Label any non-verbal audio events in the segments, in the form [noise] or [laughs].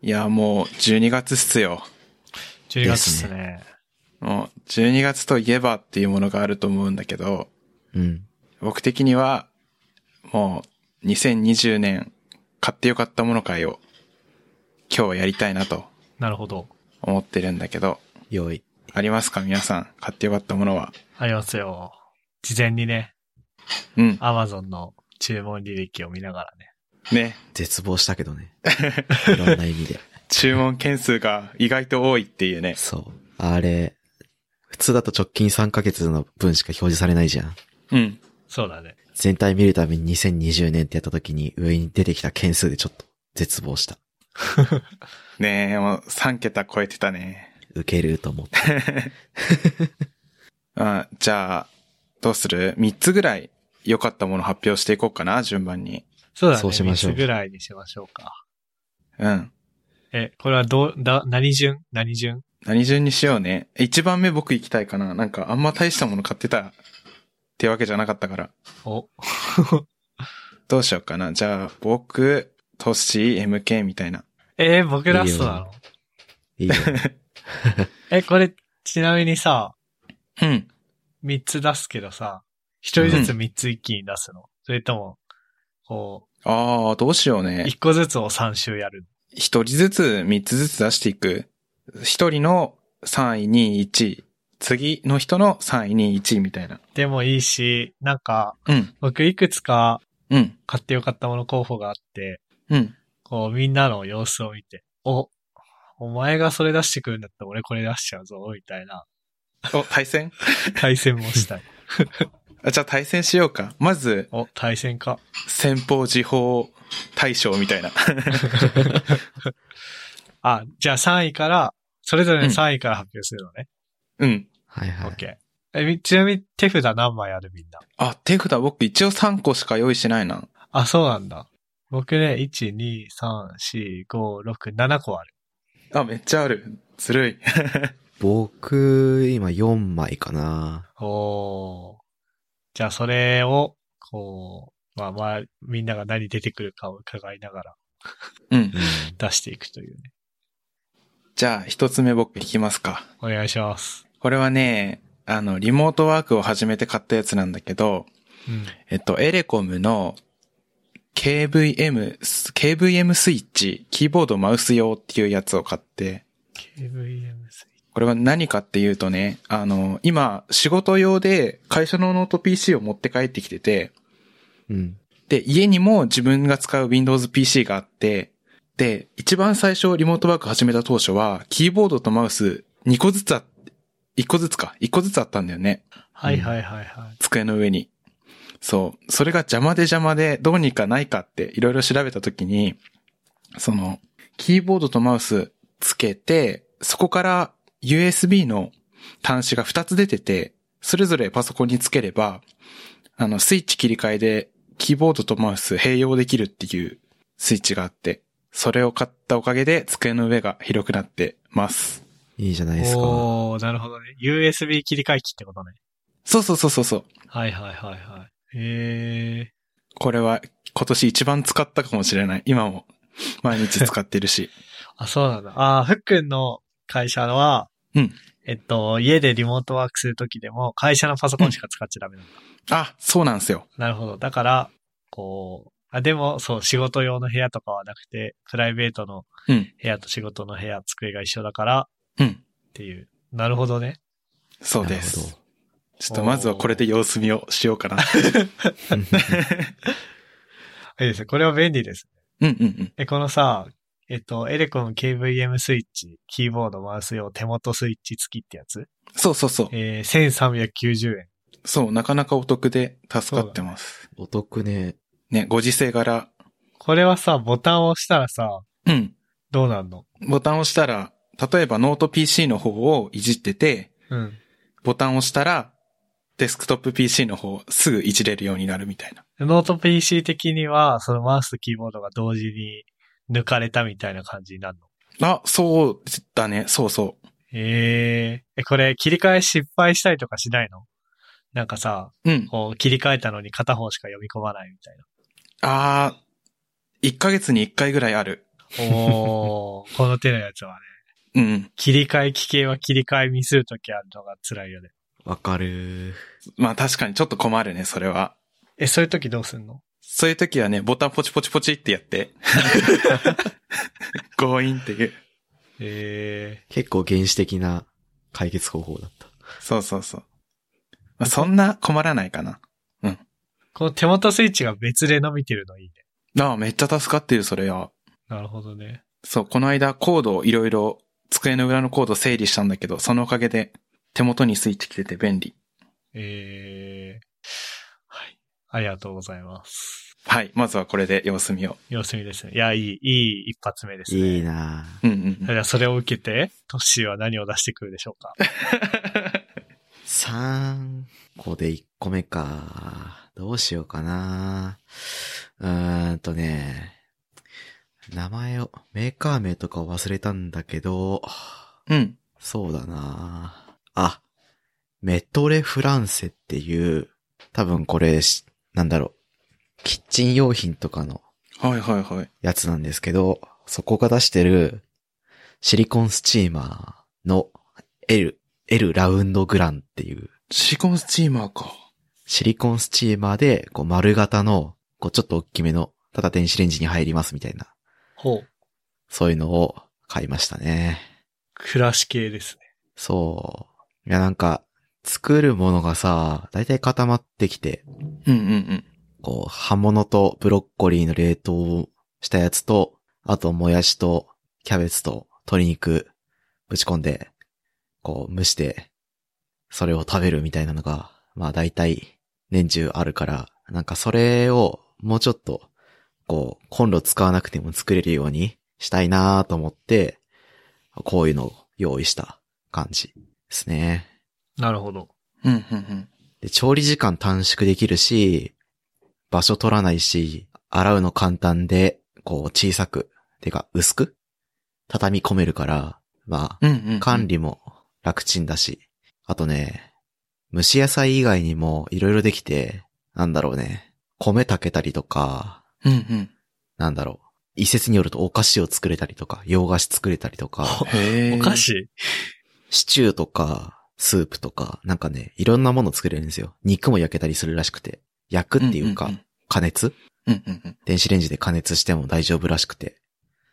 いや、もう12月っすよ。 12月ですね。もう12月といえばっていうものがあると思うんだけど、うん。僕的には、もう2020年買ってよかったもの会を今日はやりたいなとなるほど。思ってるんだけど、よい。ありますか皆さん。買ってよかったものは。ありますよ。事前にね、うん。 Amazon の注文履歴を見ながらね。ね。絶望したけどね。いろんな意 [laughs] 味で。注文件数が意外と多いっていうね。そう。あれ、普通だと直近3ヶ月の分しか表示されないじゃん。うん。そうだね。全体見るたびに2020年ってやった時に上に出てきた件数でちょっと絶望した。ねえ、もう3桁超えてたね。ウケると思って。あじゃあ、どうする ?3 つぐらい良かったもの発表していこうかな、順番に。そうだね。そうしましょう三つぐらいにしましょうか。うん。え、これはどう、だ、何順何順何順にしようね。1番目僕行きたいかな。なんかあんま大したもの買ってたってわけじゃなかったから。お、どうしようかな。じゃあ、僕、トッシー、MK みたいな。えー僕ラストないいの [laughs] いいよ。え、これ、ちなみにさ、うん。 3つ出すけどさ、1人ずつ3つ一気に出すの、それとも、こああ、どうしようう、ね。 1個ずつを3周やる一人ずつ、3つずつ出していく。一人の3位、2位、1位。次の人の3位、2位、1位みたいな。の。でもいいし、なんか、うん。僕いくつかうん。買ってよかったもの候補があって、うん。こう、みんなの様子を見て、お、お前がそれ出してくるんだったら俺これ出しちゃうぞ、みたいなお、対戦対戦もした [laughs] い。あじゃあ対戦しようか。まず、お、対戦か。先方時報大賞みたいな。あ、じゃあ3位から、それぞれの3位から発表するのね。うん。はいはオッい。ケー。え、みちなみに手札何枚あるみんな。あ、手札僕一応3個しか用意してないな。あ、そうなんだ。僕ね、1、2、3、4、5、6、7個ある。あ、めっちゃある。ずるい。僕、今4枚かな。おー。じゃあそれを、こう、まあまあ、みんなが何出てくるかを伺いながらうんう。ん。出していくというね。じゃあ一つ目僕引きますか。お願いします。これはね、あの、リモートワークを始めて買ったやつなんだけど、うん。えっと、エレコムの KVM、KVM スイッチ、キーボードマウス用っていうやつを買って、 KVM スイッチ。これは何かっていうとね、あの、今、仕事用で会社のノート PC を持って帰ってきてて、うん。で、家にも自分が使う Windows PC があって、で、一番最初リモートワーク始めた当初は、キーボードとマウス2個ずつあ、1個ずつか、1個ずつあったんだよね。はいはいはいはい。机の上に。そう。それが邪魔で邪魔で、どうにかないかっていろいろ調べたときに、その、キーボードとマウスつけて、そこから USB の端子が2つ出てて、それぞれパソコンにつければ、あの、スイッチ切り替えで、キーボードとマウス併用できるっていうスイッチがあって、それを買ったおかげで机の上が広くなってます。いいじゃないですか。おー、なるほどね。USB 切り替え機ってことね。そうそうそうそうそう。はいはいはいはい。へー。これは今年一番使ったかもしれない。今も毎日使ってるし。あ、そうなんだ。あー、ふっくんの会社は、うん。えっと、家でリモートワークするときでも、会社のパソコンしか使っちゃダメなんだ。 [laughs] あ、そうなんですよ。なるほど。だから、こう、あ、でも、そう、仕事用の部屋とかはなくて、プライベートのうん。部屋と仕事の部屋、机が一緒だから、うん。っていう。なるほどね。そうでなるすほ。ちょっとまずはこれで様子見をしようかな。いいですね。これは便利です。 [laughs] うんうんうん。え、このさ、えっと、エレコム KVM スイッチ、キーボード、マウス用、手元スイッチ付きってやつそうそうそう。えー、1390円。そう、なかなかお得で助かってます。 [laughs] お得ね。ね、ご時世柄。これはさ、ボタンを押したらさ、うん。どうなんのボタンを押したら、例えばノート PC の方をいじってて、うん。ボタンを押したら、デスクトップ PC の方をすぐいじれるようになるみたいな。ノート PC 的には、そのマウスとキーボードが同時に抜かれたみたいな感じになるのあ、そうだね。そうそう。えええ、これ切り替え失敗したりとかしないのなんかさ、うん。こう切り替えたのに片方しか読み込まないみたいな。あー、1ヶ月に1回ぐらいある。お [laughs] ー、この手のやつはね、うん。切り替え機系は切り替えミスるときあるのが辛いよね。わかる。まあ確かにちょっと困るね、それは。え、そういうときどうすんのそういう時はね、ボタンポチポチポチってやって。 [laughs] 強引っていう。え結構原始的な解決方法だった。そうそうそう。まあ、そんな困らないかな。ー、この手元スイッチが別で伸びてるのいいね。ああ、めっちゃ助かってる、それは。なるほどね。そう、この間コードをいろいろ、机の裏のコード整理したんだけど、そのおかげで手元にスイッチ来てて便利。えー、はい。ありがとうございます。はい、まずはこれで様子見よ様子見ですね。いや、いい、いい一発目ですね。いいなぁう。うんうんじゃあ、それを受けて、トッシーは何を出してくるでしょうか3個で1個目か。どうしようかな。うーんとね。名前を、メーカー名とかを忘れたんだけど、 [laughs] うん。うん。そうだなあ、メトレフランセっていう、多分これし、なんだろう、キッチン用品とかのはいはいはい。やつなんですけど、そこが出してる、シリコンスチーマーの L、L ラウンドグランっていう、シリコンスチーマーか。シリコンスチーマーで、こう丸型の、こうちょっと大きめの、ただ電子レンジに入りますみたいな、 [laughs] ほう。そういうのを買いましたね。暮らし系ですね。そう。いやなんか、作るものがさ、だいたい固まってきて、うんうんうん。こう、葉物とブロッコリーの冷凍したやつと、あと、もやしと、キャベツと、鶏肉、ぶち込んで、こう、蒸して、それを食べるみたいなのが、まあ、大体、年中あるから、なんかそれを、もうちょっと、こう、コンロ使わなくても作れるようにしたいなと思って、こういうのを用意した感じですね。なるほど。うんうんうん。で、調理時間短縮できるし、場所取らないし、洗うの簡単で、こう小さく、てか薄く、畳み込めるから、まうんうんうん、あ、管理も楽ちんだし、あとね、蒸し野菜以外にもいろいろできて、なんだろうね、米炊けたりとか、うんうん。なんだろう、一説によるとお菓子を作れたりとか、洋菓子作れたり [laughs] とか、へーお菓子シチューとか、スープとか、なんかね、いろんなもの作れるんですよ。肉も焼けたりするらしくて。焼くっていうか、んんん加熱うんうんうん。電子レンジで加熱しても大丈夫らしくて。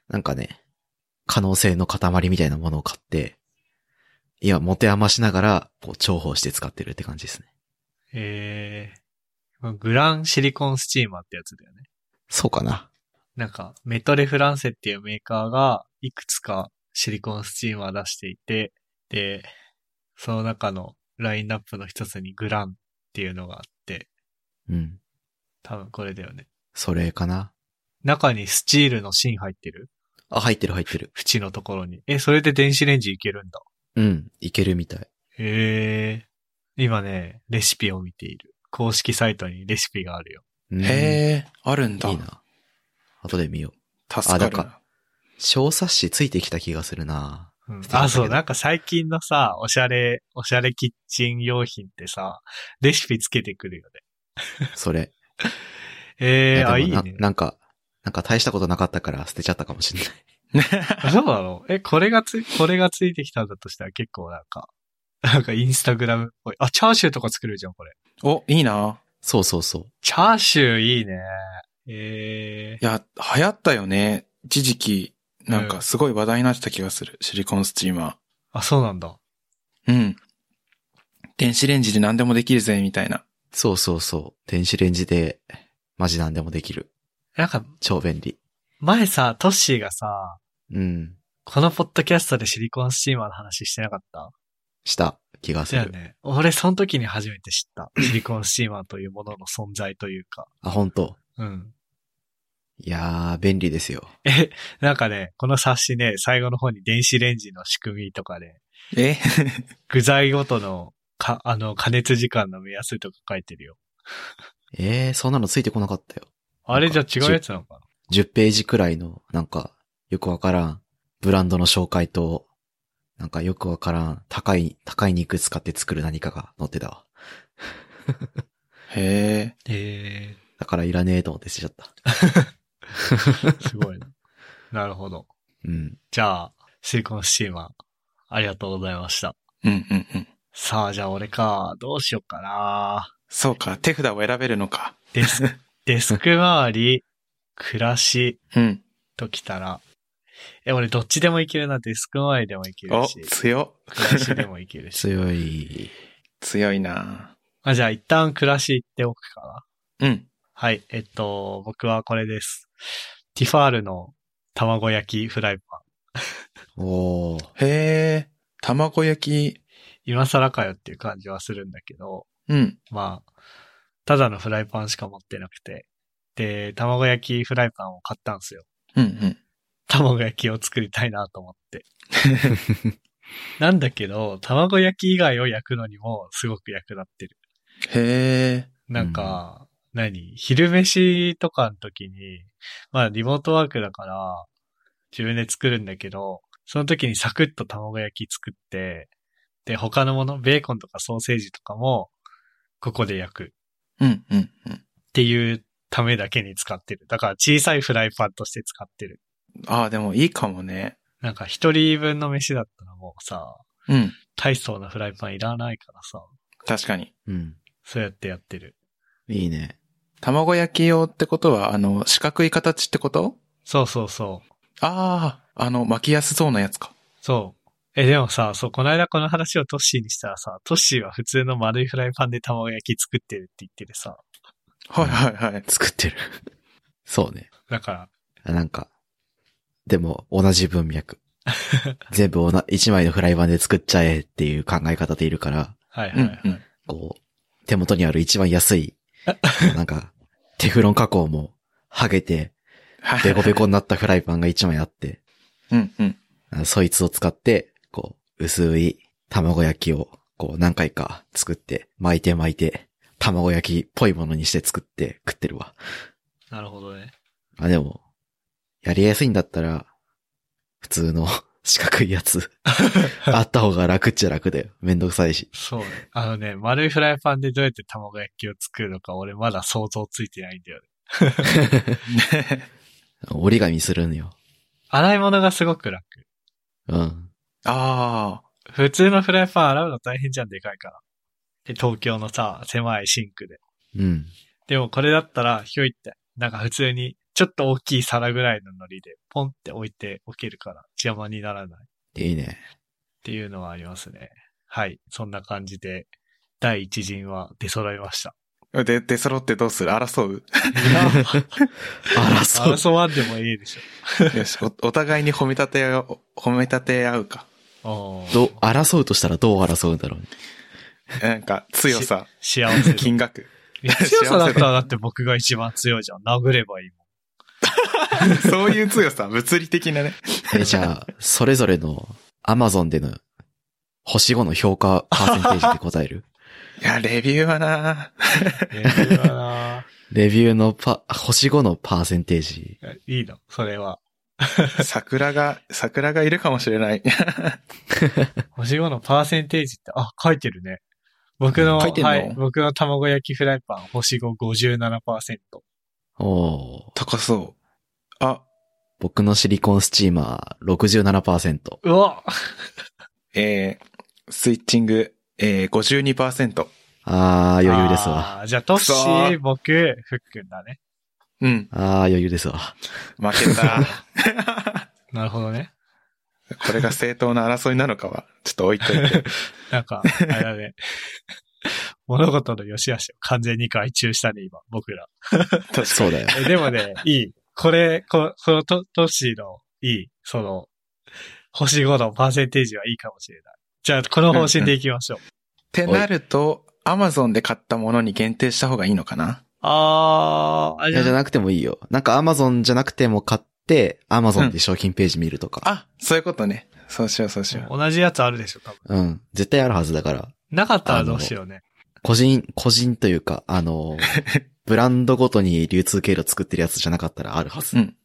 なんかね、可能性の塊みたいなものを買って、今、持て余しながら、こう、重宝して使ってるって感じですね。えー、グランシリコンスチーマーってやつだよね。そうかな。なんか、メトレフランセっていうメーカーが、いくつかシリコンスチーマー出していて、で、その中のラインナップの一つにグランっていうのがあって、うん。多分これだよね。それかな。中にスチールの芯入ってるあ、入ってる入ってる。縁のところに。え、それで電子レンジいけるんだ。うん。いけるみたい。へえ。今ね、レシピを見ている。公式サイトにレシピがあるよ。うんへえ、あるんだ。いいな。後で見よう。助かあだるかな。小冊子ついてきた気がするなうん素敵だけどあ、そう、なんか最近のさ、おしゃれ、おしゃれキッチン用品ってさ、レシピつけてくるよね。それ。ええー、あ、いいいやでもなね。なんか、なんか大したことなかったから捨てちゃったかもしれない。あそうなのえ、これがつ、これがついてきたんだとしたら結構なんか、なんかインスタグラムっぽい。あ、チャーシューとか作れるじゃん、これ。お、いいな。 [laughs] そうそうそう。チャーシューいいね。ええいや、流行ったよね。一時期、なんかすごい話題になってた気がする。シリコンスチーマあ、そうなんだ。ー。うん。電子レンジで何でもできるぜ、みたいな。そうそうそう。電子レンジで、マジなんでもできる。なんか、超便利。前さ、トッシーがさ、うん。このポッドキャストでシリコンスチーマーの話してなかったした気がすだよる。ね。俺、その時に初めて知った。シリコンスチーマーというものの存在というか。あ、本当うん。いやー、便利ですよ。え、なんかね、この冊子ね、最後の方に電子レンジの仕組みとかで、え具材ごとの、か、あの、加熱時間の目安とか書いてるよ。えー、そんなのついてこなかったよ。あれじゃ違うやつなのか10ページくらいの、なんか、よくわからん、ブランドの紹介と、なんかよくわからん、高い、高い肉使って作る何かが載ってたわ。へえ。なへえだからいらねえと思って捨てちゃった。 [laughs] すごいな。なるほど。うん。じゃあ、シリコンスチーマー、ありがとうございました。うんうんうん。さあ、じゃあ俺か、どうしようかな。そうか、手札を選べるのか。デス [laughs] デスク周り、暮らしうん。ときたら、え、俺どっちでもいけるな。デスク周りでもいけるお、し、強。暮らしでもいける [laughs] し。強い。強いなあじゃあ一旦暮らし行っておくかな。うん。はい、えっと、僕はこれです。ティファールの卵焼きフライパン。おー。へえ、卵焼き。今更かよっていう感じはするんだけど、うん。まあ、ただのフライパンしか持ってなくて。で、卵焼きフライパンを買ったんですよ。うんうん。卵焼きを作りたいなと思って。なんだけど、卵焼き以外を焼くのにもすごく役立ってる。へえ、なんか、何昼飯とかの時に、まあリモートワークだから、自分で作るんだけど、その時にサクッと卵焼き作って、で、他のもの、ベーコンとかソーセージとかも、ここで焼くっうんうんうん。ていうためだけに使ってる。だから小さいフライパンとして使ってる。ああ、でもいいかもね。なんか一人分の飯だったらもうさ、うん。大層なフライパンいらないからさ、確かに。うん。そうやってやってる。いいね。卵焼き用ってことは、あの、四角い形ってことそうそうそう。ああ、あの、巻きやすそうなやつか。そう。え、でもさ、そう、この間この話をトッシーにしたらさ、トッシーは普通の丸いフライパンで卵焼き作ってるって言っててさ、はいはいはい。作ってる。 [laughs] そうね。だから、あなんか、でも同じ文脈。全部おな、一枚のフライパンで作っちゃえっていう考え方でいるから、はいはうい、んはいうん。こう、手元にある一番安い、なんか、テフロン加工も、剥げて、はいベコベコになったフライパンが一枚あって、うんうん。あそいつを使って、こう、薄い卵焼きを、こう何回か作って、巻いて巻いて、卵焼きっぽいものにして作って食ってるわ。なるほどね。あ、でも、やりやすいんだったら、普通の [laughs] 四角いや [laughs] つ、あった方が楽っちゃ楽だよ。めんどくさいし。そうね。あのね、丸いフライパンでどうやって卵焼きを作るのか俺まだ想像ついてないんだよね。折り紙するのよ。洗い物がすごく楽。うん。 [laughs] ああ、普通のフライパン洗うの大変じゃん、でかいから。で、東京のさ、狭いシンクで。うん。でもこれだったら、ひょいって、なんか普通に、ちょっと大きい皿ぐらいのノリで、ポンって置いておけるから、邪魔にならない。いいね。っていうのはありますね。はい。そんな感じで、第一陣は出揃いました。で、出揃ってどうする争う争う。争わんでもいいでしよ [laughs] しお、お互いに褒め立て合う、褒め立て合うか。ょ。ど、争うとしたらどう争うんだろうね。なんか、強さ、幸せ。金額。強さだったらだって僕が一番強いじゃん。殴ればいいもん。そういう強さ、物理的なね。え、じゃあ、それぞれの Amazon での星5の評価パーセンテージで答え [laughs] るいや、レビューはなえーいいわなレビューのパ、星5のパーセンテージ。いいの、それは。桜が、桜がいるかもしれない。星5のパーセンテージって、あ、書いてるね。僕の、書いてんのはい、僕の卵焼きフライパン、星5 57%。おー。高そう。あ、僕のシリコンスチーマー67%。うわえー、スイッチング、えー、52%。あー、余裕ですわ。。あーじゃあ、トッシくそー、ー僕、ふっくんだね。うん、あー、余裕ですわ。負けた。なるほどね。これが正当な争いなのかは、ちょっと置いといて。なんか、あれだね。 [laughs] 物事の良し悪しを完全に外注したね、今、僕ら。そうだよ。えでも [laughs] ね、いい。これ、ここのトトッシーの、いい、その、星5のパーセンテージはいいかもしれない。じゃあ、この方針でいきましょう。ってなると、アマゾンで買ったものに限定した方がいいのかなあー、あいれや、じじゃゃなくてもいいよ。なんか Amazon じゃなくても買って、Amazon で商品ページ見るとか。あ、そういうことね。そうしよう、そうしよう。同じやつあるでしょ、多分。うん、絶対あるはずだから。なかったらどうしようね。個人、個人というか、あの、ブランドごとに流通経路作ってるやつじゃなかったらあるはず。うん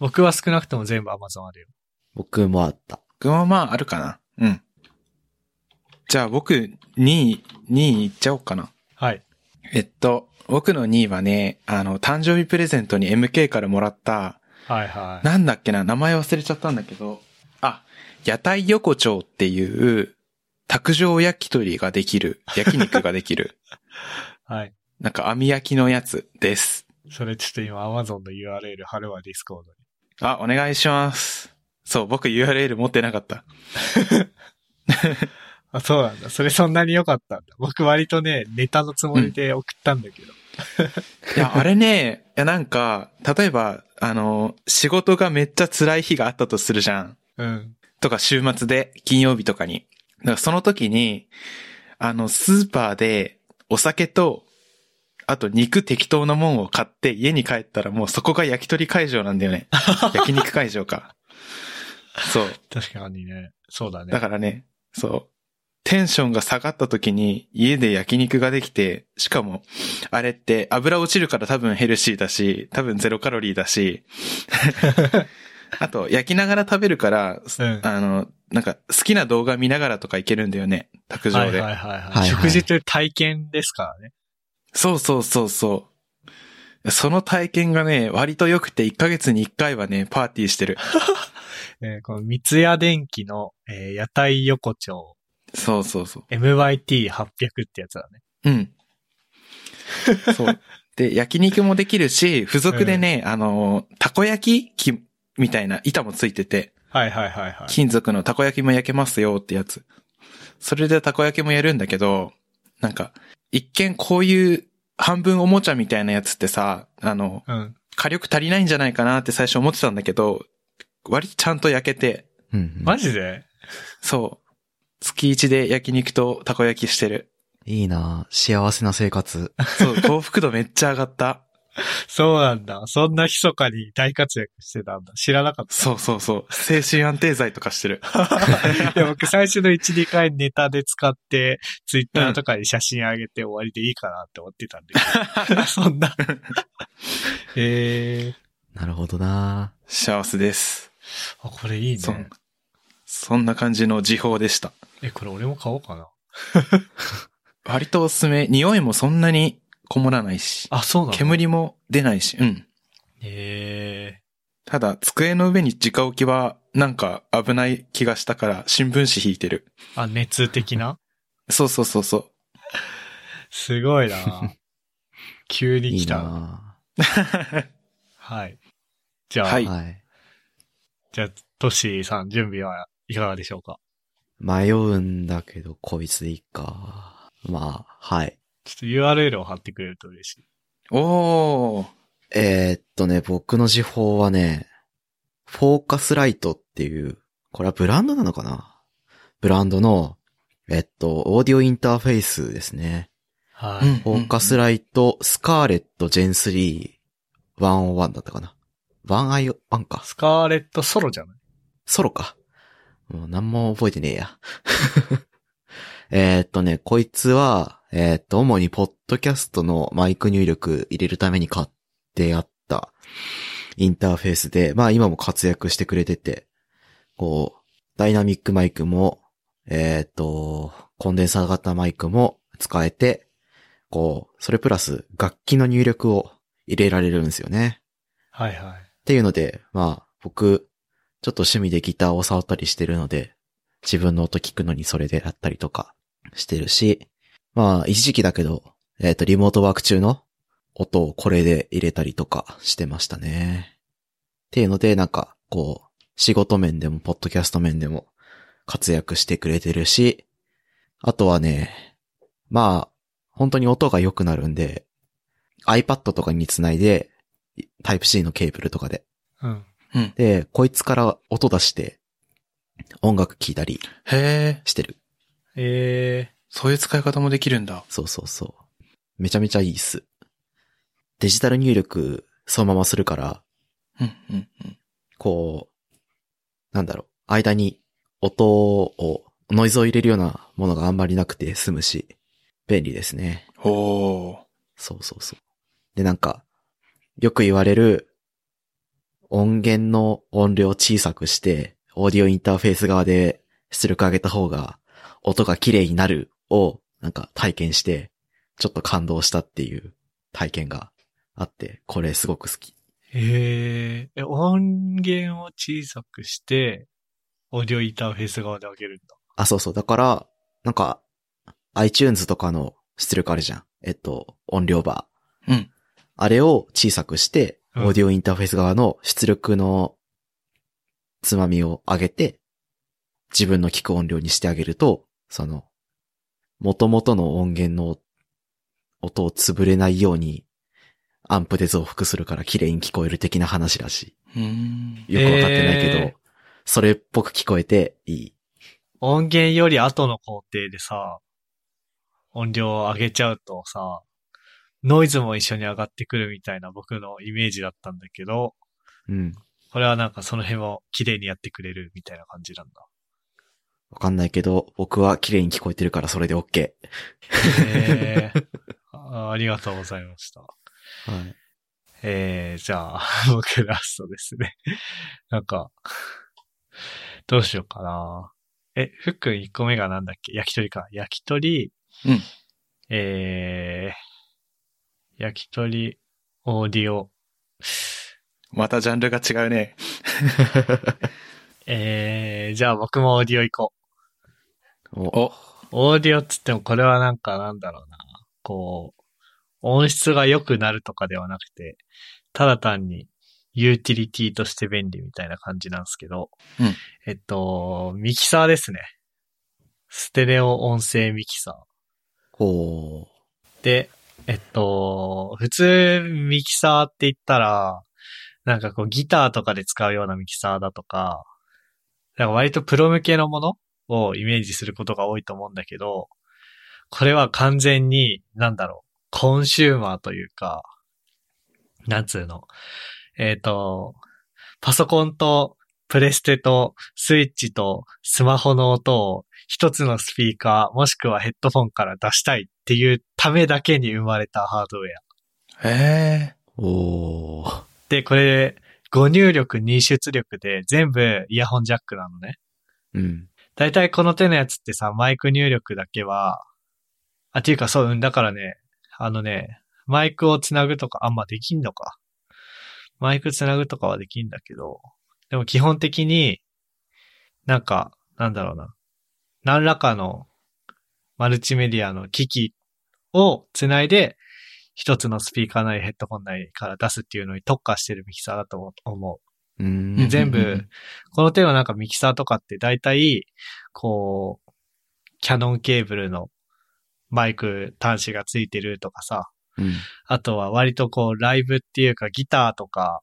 僕は少なくとも全部 Amazon あるよ。僕もあった。僕もまあ、あるかな。うん。じゃあ、僕、2位、2位いっちゃおうかな。はい。えっと、僕の2位はね、あの、誕生日プレゼントに MK からもらった、はいはい。なんだっけな、名前忘れちゃったんだけど、あ、屋台横丁っていう、卓上焼き鳥ができる、焼肉ができる、はい。なんか網焼きのやつです。それちょっと今 Amazon の URL 貼るわ、Discord に。あ、お願いします。そう、僕 URL 持ってなかった。あ、そうなんだ。それそんなに良かったんだ。僕割とね、ネタのつもりで送ったんだけど。いや、あれね、いやなんか、例えば、あの、仕事がめっちゃ辛い日があったとするじゃん。うん。とか週末で、金曜日とかに。だからその時に、あの、スーパーでお酒と、あと肉適当なもんを買って家に帰ったらもうそこが焼き鳥会場なんだよね。焼肉会場か。そう。確かにね。そうだね。だからね、そう。テンションが下がった時に家で焼肉ができて、しかも、あれって油落ちるから多分ヘルシーだし、多分ゼロカロリーだし、あと焼きながら食べるから、うん。あの、なんか好きな動画見ながらとかいけるんだよね、卓上で。はいはいはいはいい。ははい食事という体験ですからね。そうそうそうそう。その体験がね、割と良くて1ヶ月に1回はね、パーティーしてる。えーこの三ツ矢電機の、えー屋台横丁そうそうそう。 MYT800 ってやつだね。 [laughs] うん。そう。で、焼肉もできるし、付属でね、あの、たこ焼き器みたいな板もついてて、はいはいはいはい。金属のたこ焼きも焼けますよってやつ。それでたこ焼きもやるんだけど、なんか、一見こういう半分おもちゃみたいなやつってさ、あの、うん。火力足りないんじゃないかなって最初思ってたんだけど、割とちゃんと焼けて、うんうんマジでそう。月一で焼肉とたこ焼きしてる。いいな幸せな生活。 [laughs] そう、幸福度めっちゃ上がった。そうなんだ。そんな密かに大活躍してたんだ。知らなかっそうそうそう。精神安定剤とかしてる。た。 [laughs] いや、僕最初の1、2回ネタで使って、ツイッターとかに写真上げて終わりでいいかなって思ってたんで。そんな。えー、なるほどな幸せです。あ、これいいそね。そんな感じの時報でした。え、これ俺も買おうかな。割とおすすめ。匂いもそんなにこもらないし、あ、そうなんだ。煙も出ないし、うん。えただ、机の上に直置きはなんか危ない気がしたから新聞紙引いてる。ー、あ、熱的なそうそうそうそう。 [laughs] すごいな急にい来いた。なはい。じゃあ、はいはい。じゃあ、トッシーさん準備はいかがでしょうか迷うんだけど、こいつでいいか。まあ、はい。ちょっと URL を貼ってくれると嬉しい。おー。えー、っとね、僕の時報はね、フォーカスライトっていう、これはブランドなのかなブランドの、えっと、オーディオインターフェースですね。はうい。んフォーカスライト、スカーレット、ジェン3、101だったかな。1i1 か。スカーレットソロじゃないソロか。もう何も覚えてねえや。 [laughs] えーっとね、こいつは、えーっと、主にポッドキャストのマイク入力入れるために買ってあったインターフェースで、まあ今も活躍してくれてて、こう、ダイナミックマイクも、えーっと、コンデンサー型マイクも使えて、こう、それプラス楽器の入力を入れられるんですよね。はいはい。っていうので、まあ、僕、ちょっと趣味でギターを触ったりしてるので、自分の音聞くのにそれでやったりとかしてるし、まあ、一時期だけど、えっ、と、リモートワーク中の音をこれで入れたりとかしてましたね。っていうので、なんか、こう、仕事面でも、ポッドキャスト面でも活躍してくれてるし、あとはね、まあ、本当に音が良くなるんで、iPad とかにつないで、タイプ C のケーブルとかでうん。で、こいつから音出して、音楽聴いたりへー。してる。えそういう使い方もできるんだ。そうそうそう。めちゃめちゃいいっす。デジタル入力そのままするから、うん、うん、うん。こう、なんだろう、間に音を、ノイズを入れるようなものがあんまりなくて済むし、便利ですね。おー。そうそうそう。で、なんか、よく言われる、音源の音量を小さくして、オーディオインターフェース側で出力上げた方が、音が綺麗になるを、なんか体験して、ちょっと感動したっていう体験があって、これすごく好き。ー、へえ、え音源を小さくして、オーディオインターフェース側で上げるんだ。あ、そうそう。だから、なんか、iTunes とかの出力あるじゃん。えっと、音量バー。うん。あれを小さくして、うんオーディオインターフェース側の出力のつまみを上げて、自分の聞く音量にしてあげると、その、元々の音源の音を潰れないように、アンプで増幅するから綺麗に聞こえる的な話らしうーん。い。よくわかってないけど、えーそれっぽく聞こえていい。音源より後の工程でさ、音量を上げちゃうとさ、ノイズも一緒に上がってくるみたいな僕のイメージだったんだけど、うん。これはなんかその辺を綺麗にやってくれるみたいな感じなんだ。わかんないけど、僕は綺麗に聞こえてるからそれで OK。へーあありがとうございました。はい。えー、じゃあ、僕ラストですね。 [laughs] なんか、どうしようかな。え、ふっくん1個目がなんだっけ焼き鳥か。焼き鳥、うんえー、焼き鳥、オーディオ、またジャンルが違うね。えー、じゃあ僕もオーディオ行こう。おお、オーディオっつってもこれはなんかなんだろうな。こう、音質が良くなるとかではなくて、ただ単にユーティリティとして便利みたいな感じなんですけど、うんえっと、ミキサーですね。ステレオ音声ミキサほー。で、えっと、普通ミキサーって言ったら、なんかこうギターとかで使うようなミキサーだとか、なんか割とプロ向けのものをイメージすることが多いと思うんだけど、これは完全に、なんだろう、コンシューマーというか、なんつうの、えっ、と、パソコンとプレステとスイッチとスマホの音を一つのスピーカーもしくはヘッドフォンから出したいっていうためだけに生まれたハードウェア。へえ。う。おー。で、これ、誤入力、入出力で全部イヤホンジャックなのね。うん。だいたいこの手のやつってさ、マイク入力だけは、あ、っていうかそう、うんだからね、あのね、マイクをつなぐとか、あんまあできんのか。マイクつなぐとかはできんだけど、でも基本的に、なんか、なんだろうな。何らかのマルチメディアの機器をつないで、一つのスピーカーなりヘッドホンなりから出すっていうのに特化してるミキサーだと思う。う。うん全うんうんう部ん、この手のなんかミキサーとかって大体、こう、キャノンケーブルのマイク端子がついてるとかさ、うん。あとは割とこうライブっていうかギターとか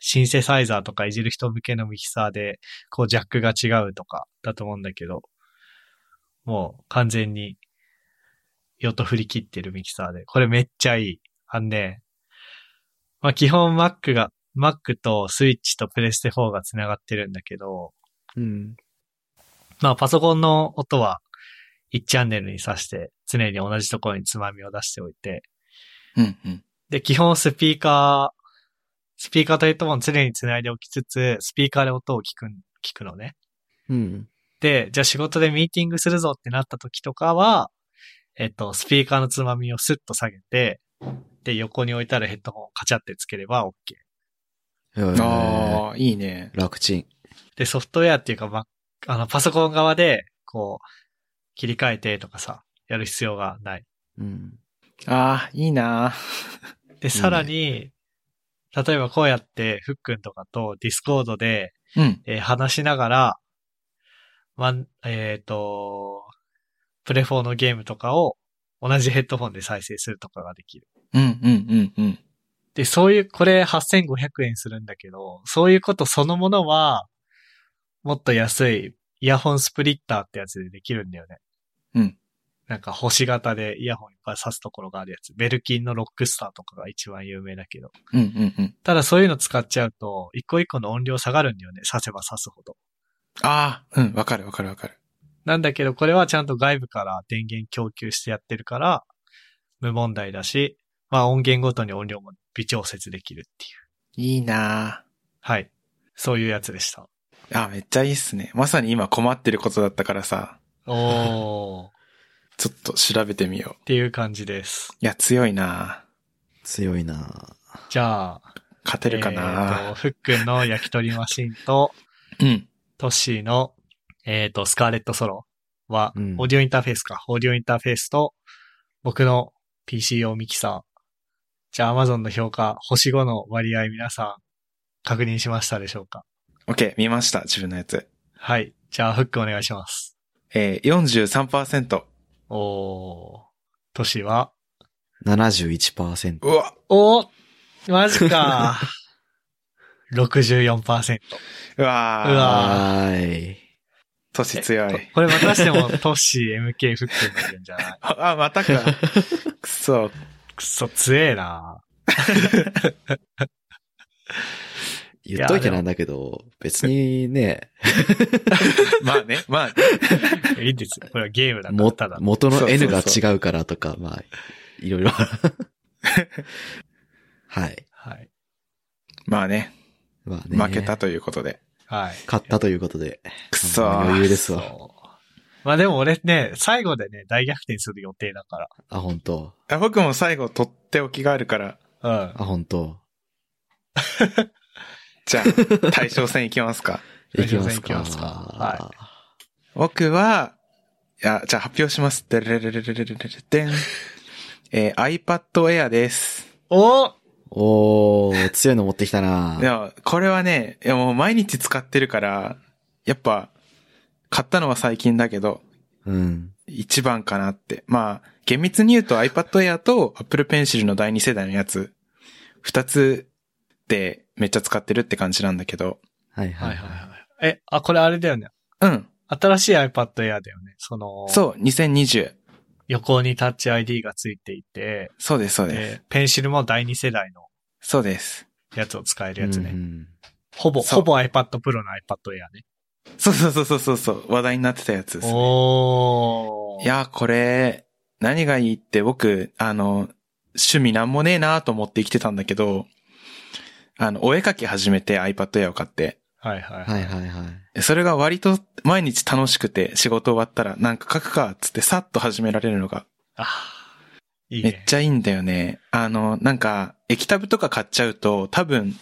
シンセサイザーとかいじる人向けのミキサーでこうジャックが違うとかだと思うんだけど、もう完全に用途振り切ってるミキサーで、これめっちゃいい。あのね、まあ基本 Mac が、Mac とスイッチとプレステ4が繋がってるんだけど、うん。まあパソコンの音は1チャンネルに挿して常に同じところにつまみを出しておいて、うんうん。で、基本スピーカー、スピーカーとヘッドホン常に繋いでおきつつ、スピーカーで音を聞くん、聞くのね。うん。で、じゃあ仕事でミーティングするぞってなった時とかは、えっと、スピーカーのつまみをスッと下げて、で、横に置いたらヘッドホンをカチャってつければ OK。へーああ、いいね。楽ちん。で、ソフトウェアっていうか、ま、あの、パソコン側で、こう、切り替えてとかさ、やる必要がない。うん。ああ、いいなで、さらに、例えばこうやって、ふっくんとかとディスコードで、うん。えー話しながら、まん、えっ、と、プレフォーのゲームとかを同じヘッドホンで再生するとかができる。うんうんうんうん。で、そういう、これ8500円するんだけど、そういうことそのものは、もっと安いイヤホンスプリッターってやつでできるんだよね。うん。なんか星型でイヤホンいっぱい挿すところがあるやつ。ベルキンのロックスターとかが一番有名だけど。うんうんうん。ただそういうの使っちゃうと、一個一個の音量下がるんだよね。挿せば挿すほど。ああ、うん、わかるわかるわかる。なんだけど、これはちゃんと外部から電源供給してやってるから、無問題だし、まあ音源ごとに音量も微調節できるっていう。いいなはい。そういうやつでした。ああ、めっちゃいいっすね。まさに今困ってることだったからさ、おー。っちょっと調べてみよう。ていう感じです。いや、強いな強いなじゃあ、勝てるかえーとな、ふっくんの焼き鳥マシンと、うん。トッシーの、えっ、と、スカーレットソロは、うんオーディオインターフェースか、オーディオインターフェースと、僕の PC 用ミキサー。じゃあ、Amazon の評価、星5の割合皆さん、確認しましたでしょうかオッケー、見ました、自分のやつ。はい。じゃあ、フックお願いします。えー、43%。おー。トシは、 71%。うわ、おーマジ [laughs] か64%。うわーうわはーい。年強い。これまたしてもトシ、MK、フックになるんじゃないあ、あまたか。くそ。くそ、強えな言っといてなんだけど、別にね、まあね、まあね、いいんですよ。これはゲームだから、もただ。元そうそのう N そがう違うからとか、まあ、いろいろ。 [laughs] はい。はい。まあね、まあね。負けた。ということで。はい。勝ったということで。くそ。あ余裕ですわそう。まあでも俺ね、最後でね、大逆転する予定だかあ、本当あ僕も最後取っておきがあるから、ら。うん。あ、本当じゃあ、対象戦いきますか。いきますいきか。ますかは僕は、いや、じゃあ発表します。でれれれれれれれでん。えー iPad Air です。おおー、強いの持ってきたないや、これはね、いやもう毎日使ってるから、やっぱ、買ったのは最近だけど、うん。一番かなって。まあ、厳密に言うと iPad Air と Apple Pencil の第二世代のやつ、二つでめっちゃ使ってるって感じなんだけど。はいははいはいい。はい。え、あ、これあれだよね。うん。新しい iPad Air だよね。その、そう、2020。横にタッチ ID がついていて、そうです、そうです。で、ペンシルも第二世代のそうです。やつを使えるやつね。うんほぼ、そうほぼ iPad Pro の iPad Air ね。そうそうそうそうそうそう、話題になってたやつですね。おー。い、や、これ、何がいいって僕、あの、趣味なんもねえなと思って生きてたんだけど、あの、お絵かき始めて iPad Air を買って、はいはい。はいはいはい。それが割と毎日楽しくて仕事終わったらなんか書くかっつってさっと始められるのがあーいいめね。っちゃいいんだよね。あの、なんか液タブとか買っちゃうと多分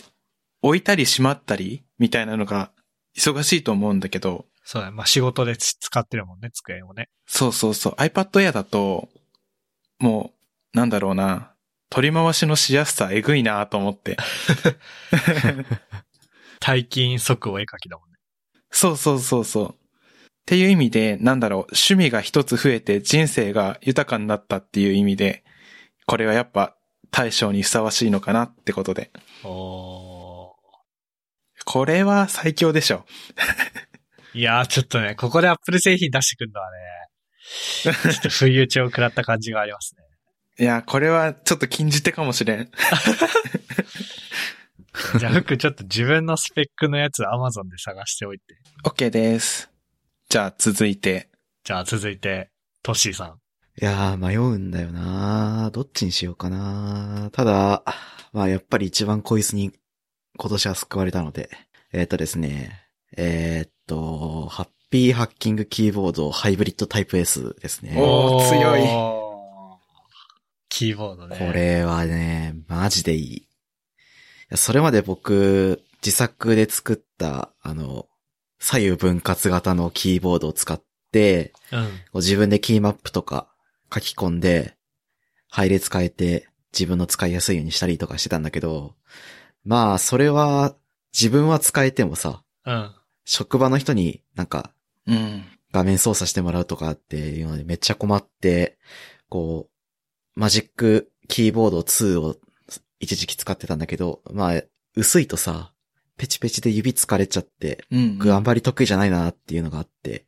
置いたりしまったりみたいなのが忙しいと思うんだけど、そうだね。まあ仕事でつ使ってるもんね、机をね。そうそうそう。iPad Air だと、もう、なんだろうな。取り回しのしやすさ、えぐいなと思って。大金即お絵描きだもんね。そうそうそうそう。っていう意味で、なんだろう、趣味が一つ増えて人生が豊かになったっていう意味で、これはやっぱ大将にふさわしいのかなってことで。おー。これは最強でしょ。いやー、ちょっとね、ここでアップル製品出してくるのはね、ちょっと不意打ちを食らった感じがありますね。いや、これはちょっと禁じ手かもしれん。 [laughs] じゃあ、フックちょっと自分のスペックのやつ Amazon で探しておいて。 OK です。じゃあ続いて、じゃあ、続いて、トッシーさん。いやー、迷うんだよなどっちにしようかなただ、まあやっぱり一番こいつに今年は救われたので、えっ、とですね、えーっと、ハッピーハッキングキーボードハイブリッドタイプ S ですね。こおー強いキーボードね。。れはね、マジでいい。いやそれまで僕、自作で作った、あの、左右分割型のキーボードを使って、うん。こう自分でキーマップとか書き込んで、配列変えて自分の使いやすいようにしたりとかしてたんだけど、まあ、それは自分は使えてもさ、うん。職場の人になんかうん。画面操作してもらうとかっていうのでめっちゃ困って、こう、マジックキーボード2を一時期使ってたんだけど、まあ、薄いとさ、ペチペチで指疲れちゃって、うん。僕あんまり得意じゃないなっていうのがあって、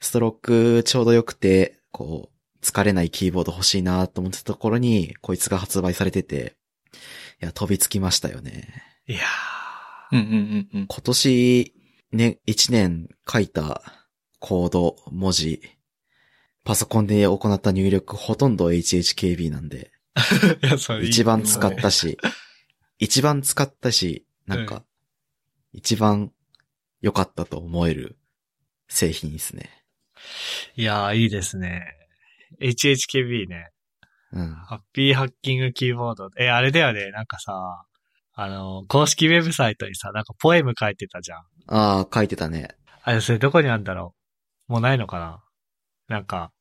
ストロークちょうど良くて、こう、疲れないキーボード欲しいなと思ってたところに、こいつが発売されてて、いや、飛びつきましたよね。いやうんうんうんうん。今年、ね、1年書いたコード、文字、パソコンで行った入力ほとんど HHKB なんで、ー。い [laughs] や、それいい一番使ったし、一番使ったし、なんうんか、一番良かったと思える製品ですね。いやー、いいですね。HHKB ね。うん。ハッピーハッキングキーボード。え、あれだよね。なんかさ、あの、公式ウェブサイトにさ、なんかポエム書いてたじゃん。ああ、書いてたね。あれ、それどこにあるんだろうもうないのかななんか、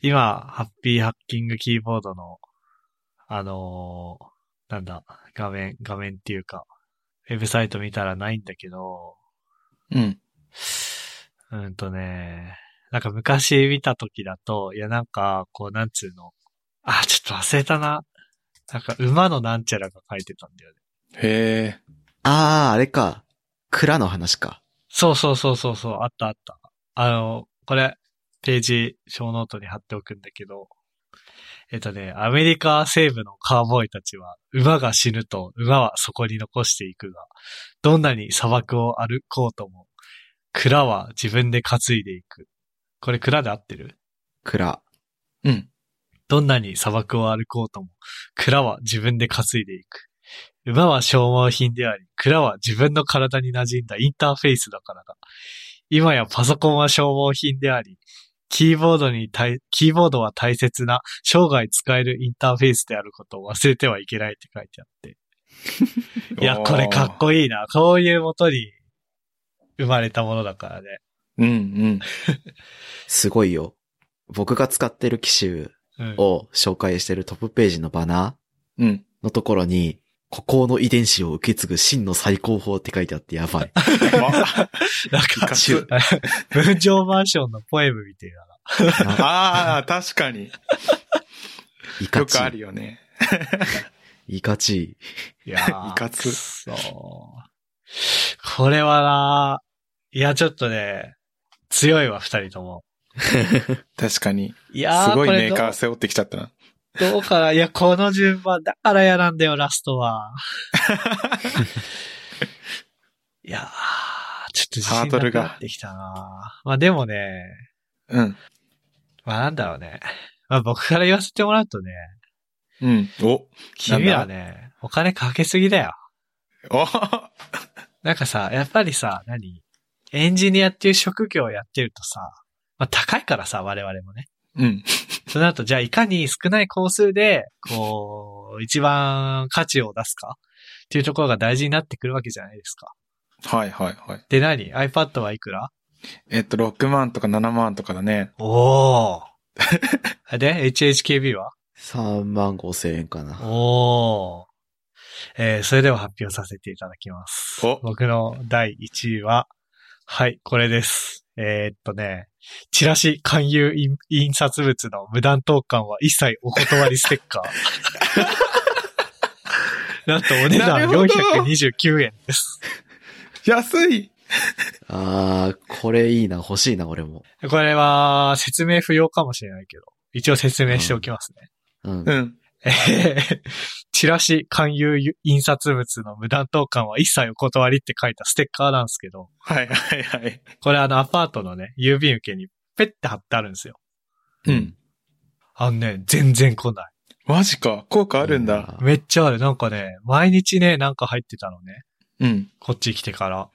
今、ハッピーハッキングキーボードの、あのーなんだ、画面、画面っていうか、ウェブサイト見たらないんだけど、うん。うんとね、なんか昔見た時だと、いやなんか、こうなんつうの、あ、ちょっと忘れたな。なんか馬のなんちゃらが書いてたんだよね。へえ。ああ、あれか。蔵の話か。そうそうそうそうそう、あったあった。あの、これ、ページ、小ノートに貼っておくんだけど、えっとね、アメリカ西部のカーボーイたちは、馬が死ぬと馬はそこに残していくが、どんなに砂漠を歩こうとも、蔵は自分で担いでいく。これ蔵で合ってる蔵。うん。どんなに砂漠を歩こうとも、蔵は自分で担いでいく。馬は消耗品であり、蔵は自分の体に馴染んだインターフェースだからだ。今やパソコンは消耗品であり、キーボードにたい、キーボードは大切な生涯使えるインターフェースであることを忘れてはいけないって書いてあって。いや、これかっいこいいな。こういうもとに生まれたものだからね。い。うんすごいよ。僕が使ってる機種うん。を紹介してるトップページのバナうん。 [laughs] うん。ーのところに、孤高の遺伝子を受け継ぐ真の最高峰って書いてあってやばい。あなんいかか、つ文情マンションのポエムみたいな。あー、確かに。いかよちくあるよね。い。いかちいい。やーいかつそう。これはなーいや、ちょっとね、強いわ、二人とも。確かに。いすやーごいこメれーどカー背負ってきちゃったな。うどうかな。いや、この順番、だから嫌なんだよ、ラス [laughs] トは。いやーちょっと自ハ信ードルなくがなってきたなまあでもね、うん。まあなんだろうね。まあ僕から言わせてもらうとね、うん。お、君らね、お金かけすぎだよ。おなんかさ、やっぱりさ、何エンジニアっていう職業をやってるとさ、まあ高いからさ、我々もね。うん。その後、じゃあいかに少ない工数で、こう、一番価値を出すかっていうところが大事になってくるわけじゃないですか。はいはいはい。で何 ?iPad はいくらえっと、6万とか7万とかだね。おー。 [laughs] で、HHKB は3万5千円かな。おー。えー、それでは発表させていただきますお。僕の第1位は、はい、これです。えーっとね、チラシ勧誘印印刷物の無断投函は一切お断りステッカー。 [laughs] なんとお値なる段ほど429円です。安いあー、これいいな。欲しいな、俺も。これは説明不要かもしれないけど、一応説明しておきますね。 [laughs] うんう。ん。えーチラシ、勧誘、印刷物の無断投函は一切お断りって書いたステッカーなんですけど、はいはいはい。これあのアパートのね、郵便受けにペッて貼ってあるんですよ。うん。あのね、全然来ない。マジか。効果あるんいいだ。な。めっちゃある。なんかね、毎日ね、なんか入ってたのね。うん。こっち来てから。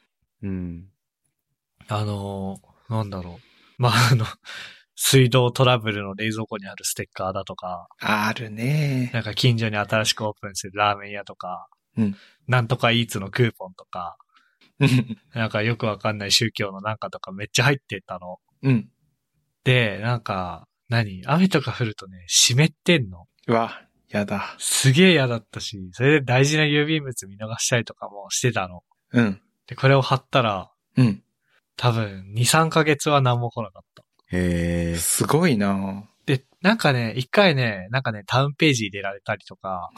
うん。あのーなんだろう。まあ、あの、水道トラブルの冷蔵庫にあるステッカーだとか、あるね。なんか近所に新しくオープンするラーメン屋とか、うんなんとかイーツのクーポンとか、うん。なんかよくわかんない宗教のなんかとかめっちゃ入ってたの。うん。で、なんか、何雨とか降るとね、湿ってんの。うわ、やだ。すげえ嫌だったし、それで大事な郵便物見逃したりとかもしてたの。うん。で、これを貼ったら、うん。多分2、3ヶ月は何も来なかった。へえ。すごいなで、なんかね、一回ね、なんかね、タウンページ入れられたりと [laughs] か、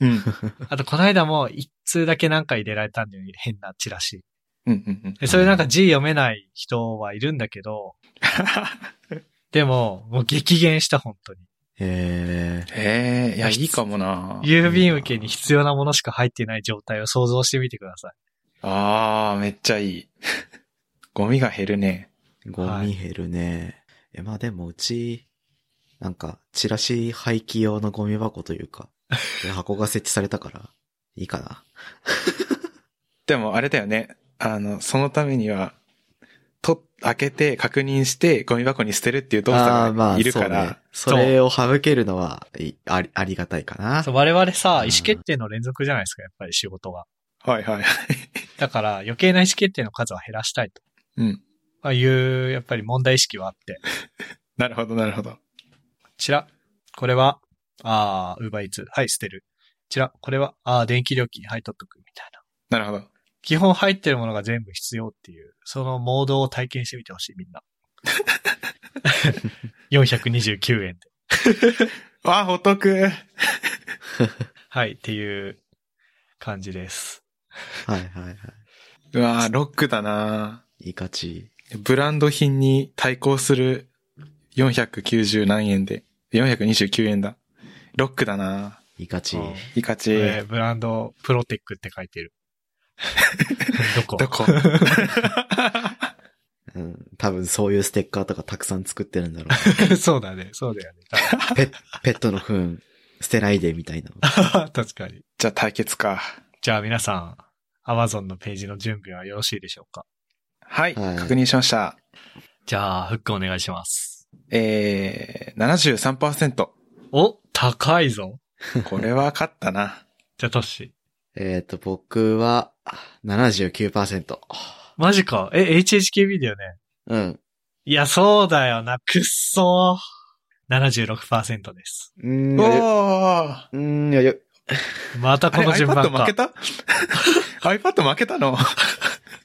うん。うんあとこの間も一通だけなんか入れられたんだよ、変なチラシ。うん [laughs] うん。で、それなんか字読めない人はいるんだけど、でも、もう激減した、本当に。へえ。へえ、いや、いいかもな郵便受けに必要なものしか入ってない状態を想像してみてください。あー、めっちゃいい。ゴミが減るね。ゴミ減るね。え、まあでもうち、なんか、チラシ廃棄用のゴミ箱とい [laughs] うか、箱が設置されたから、いいかな。でもあれだよね。あの、そのためには、と、開けて確認してゴミ箱に捨てるっていう動ああー作まがあいるかそうねら、それを省けるのは、いあり、ありがたいかなそう。我々さ、うん意思決定の連続じゃないですか、やっぱり仕事が。はいはいはい。だから余計な意思決定の数は減らしたいとうん。まあいう、やっぱり問題意識はあって。なるほどなるほど。ちら、これは、ああ、ウーバーイーツ、はい、捨てる。ちら、これは、ああ、電気料金、はい、取っとく、みたいな。なるほど。基本入ってるものが全部必要っていう、そのモードを体験してみてほしい、 [laughs] みんな。429円で。わあ、お得はい、っていう感じです。はいはいはい。うわあ、ロックだないい価値。ブランド品に対抗する490何円で、429円だ。ロックだないい価値う。んいい価値。えーブランド、プロテックって書いてる。 [laughs] どこど [laughs] こうん。多分そういうステッカーとかたくさん作ってるんだろ [laughs] うそうだね、そうだよね。 [laughs] [laughs] ペッ、ペットの糞捨てないでみたいな。確かに。じゃあ対決か。じゃあ皆さん、Amazon のページの準備はよろしいでしょうかはい、はい確認しました。じゃあ、フックお願いします。えー、73%。お、高いぞ。これは勝ったな。じゃあ、トッシー。えっと、僕は79%。マジか。え、HHKB だよね。うん。いや、そうだよな。くっそー。76%です。うーんおよーうーん、よよまたあこれの順番 iPad 負かけ。た [laughs] ?iPad 負けたの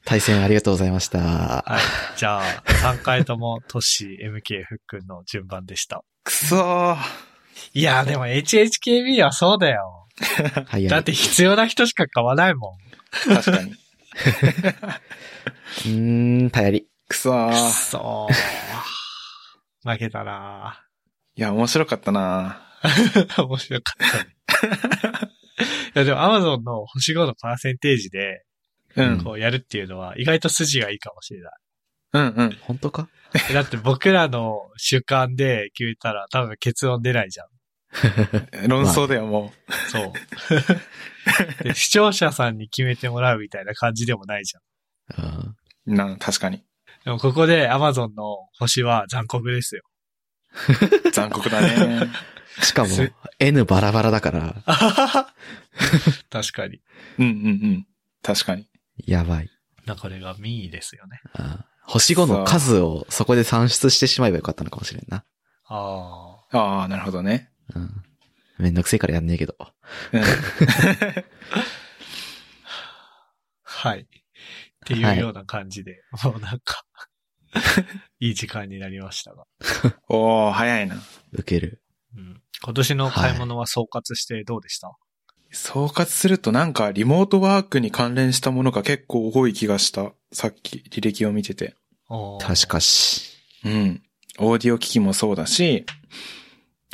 対戦ありがとうございました。 [laughs] はい。じゃあ、3回とも、トッシー、MK、フックンの順番でした。くそー。いや、でも HHKB はそうだよ。はい、だって必要な人しか買わないもん。確かに。うーん、頼り。くそーく。っそー。負け [laughs] たないや、面白かったなー面白かったね。 [laughs] いや、でも Amazon の星5のパーセンテージで、うん。こうやるっていうのは意外と筋がいいかもしれない。うんうん。本当かえだって僕らの習慣で決めたら多分結論出ないじゃん。論争だよ、もそう。で視聴者さんに決めてもらうみたいな感じでもないじゃん。うう。んな、確かに。でもここで Amazon の星は残酷ですよ。残酷だ [laughs] ね。しかもす、 N バラバラだから、あははは確かに。うんうんうん。確かに。やばい。な、これが民意ですよね。あ星5の数をそこで算出してしまえばよかったのかもしれんな。ああ。ああ、なるほどね。うん。めんどくせえからやんねえけど。うん。はい。っていうような感じで、もうなんか、いい時間になりましたが。おー、早いな。ウケる。うん、今年の買い物は総括してどうでした、総括するとなんかリモートワークに関連したものが結構多い気がした。さっき履歴を見てて。おー確かし。うん。オーディオ機器もそうだし、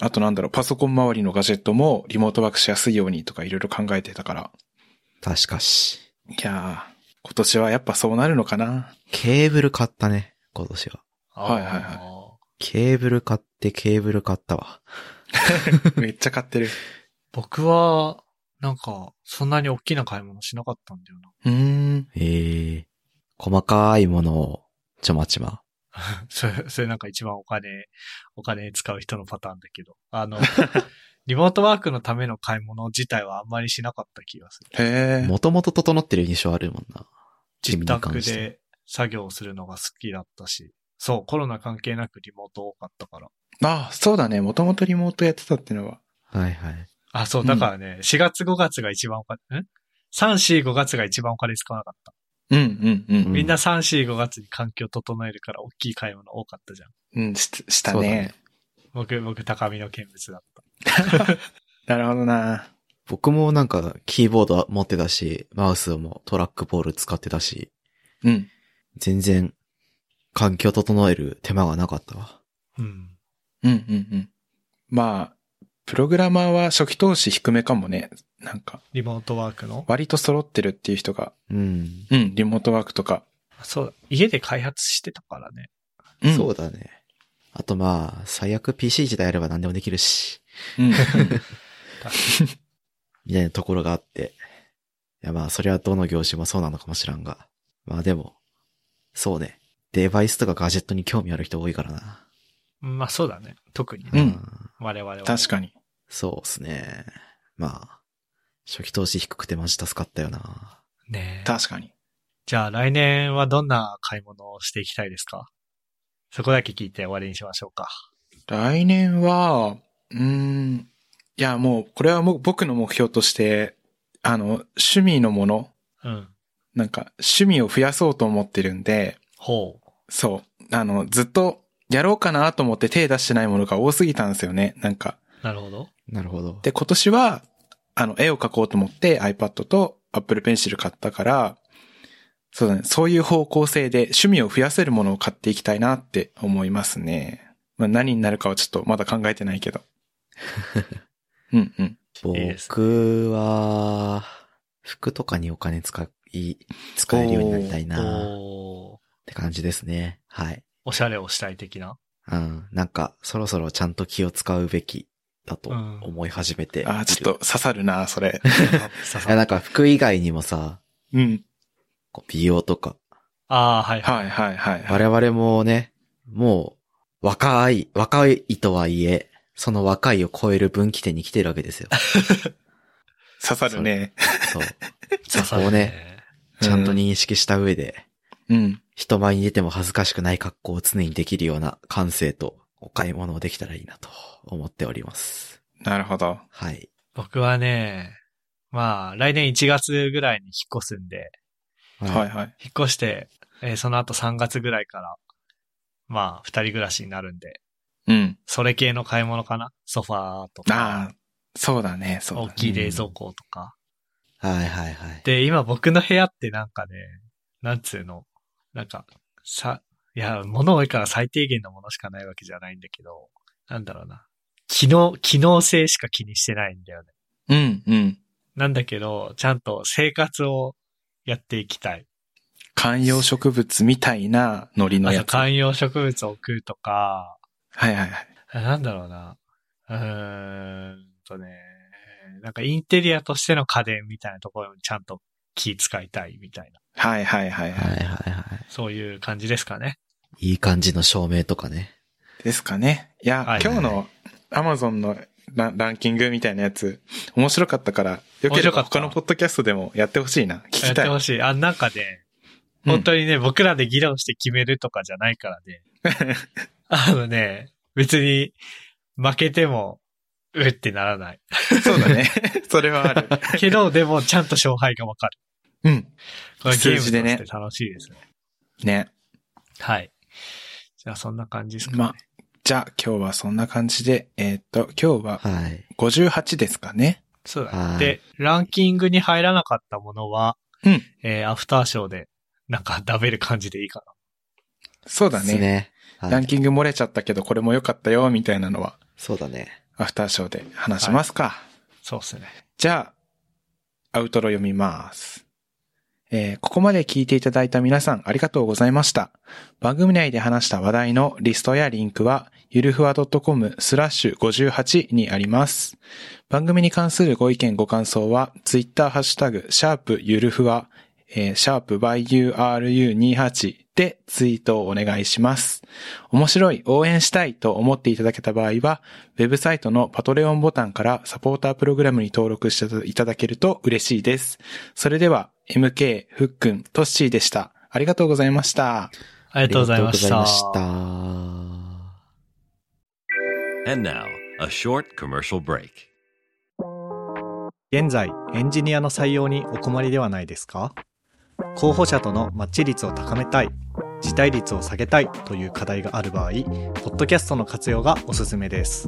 あとなんだろう、パソコン周りのガジェットもリモートワークしやすいようにとかいろいろ考えてたから。確かし。いやー、今年はやっぱそうなるのか [laughs] な。ケーブル買ったね、今年は。あーはいはいはいケーブル買って、ケーブル買ったわ。めっちゃ買ってる。僕は、なんか、そんなに大きな買い物しなかったんだよ [laughs] な。うーん。えー、細かいものを、ちょまちま。それ、それなんか一番お金、お金使う人のパターンだけど。あ [laughs] の、リモートワークのための買い物自体はあんまりしなかった気がする。へえ。もともと整ってる印象あるもんな。自宅君に関してで作業するのが好きだったし。そう、コロナ関係なくリモート多かったから。あ、そうだね。もともとリモートやってたってのは。はいはい。あ、そうう、んだからね、4月5月が一番お金、ん ?3、4、5月が一番お金使わなかった。うんうんうん。みんな3、4、5月に環境整えるから大きい買い物多かったじゃん。うん、し、したそうだね。僕、僕、高見の見物だった。なるほどな。僕もなんか、キーボード持ってたし、マウスもトラックボール使ってたし、うん。全然、環境整える手間がなかったわ。うん。うんうんうん。まあ、プログラマーは初期投資低めかもね。なんか、リモートワークの。割と揃ってるっていう人が、うん。うん、リモートワークとか。そう、家で開発してたからね。うん、そうだね。あとまあ、最悪 PC 自体あれば何でもできるし、うん。みたいなところがあって。いやまあ、それはどの業種もそうなのかもしらんが。まあでも、そうね。デバイスとかガジェットに興味ある人多いからな。まあそうだね。特にね、うん我々は。確かに。そうですね。まあ、初期投資低くてマジ助かったよな。ねえ確かに。じゃあ来年はどんな買い物をしていきたいですかそこだけ聞いて終わりにしましょうか。来年は、うーん、いや、もう、これはもう僕の目標として、あの、趣味のもの、うん。なんか、趣味を増やそうと思ってるんで、ほう。そう、あの、ずっと、やろうかなと思って手出してないものが多すぎたんですよね、なんか。なるほど。なるほど。で、今年は、あの、絵を描こうと思って iPad と Apple Pencil 買ったから、そうだね、そういう方向性で趣味を増やせるものを買っていきたいなって思いますね。まあ何になるかはちょっとまだ考えてない [laughs] けど。うんうん。僕いいですは、服とかにお金使い、使えるようになりたいなっおーて感じですね。はい。おしゃれをしたい的な。うん。なんか、そろそろちゃんと気を使うべきだとうん思い始めている、ああ、ちょっと刺さるな、そ [laughs] れ。さ [laughs] いや。さなんか服以外にもさ、うん。こう美容とか、ああ、はいははいい。はいはい、はい。我々もね、もう、若い、若いとはいえ、その若いを超える分岐点に来てるわ [laughs] けですよ。刺さるね。そう。ささそこをね、ちゃんと認識した上で、うん。人前に出ても恥ずかしくない格好を常にできるような感性とお買い物をできたらいいなと思っております。なるほど。はい。僕はね、まあ、来年1月ぐらいに引っ越すんで、はいはい。引っ越して、えーその後3月ぐらいから、まあ、二人暮らしになるんで、うん。それ系の買い物かなソファーとあか、あ、そうだね、そうだ大ね。きい冷蔵庫とか。はいはいはい。で、今僕の部屋ってなんかね、なんつうの、なんか、さ、いや、物多いから最低限のものしかないわけじゃないんだけど、なんだろうな。機能、機能性しか気にしてないんだよね。うんうん。なんだけど、ちゃんと生活をやっていきたい。観葉植物みたいなノリのやあつ。はい観葉植物を食うとか、はいはい。あなんだろうな。うーんとね、なんかインテリアとしての家電みたいなところにちゃんと気使いたいみたいな、はいはいはいはいははいはそういう感じですかね。い。いい感じの照明とかね。い。ですかね。いや、はい今日の Amazon のランランキングみたいなやつ、面白かったから、よけ面れ白ばかった他のポッドキャストでもやってほしいな。聞やきってたい。ほしい。あ、なんかね、うん本当にね、僕らで議論して決めるとかじゃないから [laughs] ね。あのね、別に負けても、うってならない。そうだ [laughs] ね。それはある。けど、でもちゃんと勝敗がわかる。うん。これゲー数ムとし字でねて楽しいですね。ね。はい。じゃあそんな感じですか、ね、まあ、じゃあ今日はそんな感じで、えーっと、今日ははい。 58ですかね。そうだはね。いで、ランキングに入らなかったものは、うんえーアフターショーで、なんか食べる感じでいいかそうそだうですね。ね。はいランキング漏れちゃったけど、これも良かったよ、みたいなのは、そうだね。アフターショーで話しますか。な。そうですね。じゃあ、アウトロ読みます。えーここまで聞いていただいた皆さんありがとうございました。番組内で話した話題のリストやリンクは、ゆるふわ .com スラッシュ58にあります。番組に関するご意見ご感想は、ツイッターハッシュタグ、シャープゆるふわ、えー、シャープ byuru28 でツイートをお願いします。面白い、応援したいと思っていただけた場合は、ウェブサイトのパトレオンボタンからサポータープログラムに登録していただけると嬉しいです。それでは、MK、ふっくん、トッシーでした。ありがとうございました。ありがとうございましありがとたうござい。ました。 And now, a short commercial break. 現在エンジニアの採用にお困りではないですか候補者とのマッチ率を高めたい辞退率を下げたいという課題がある場合ポッドキャストの活用がおすすめです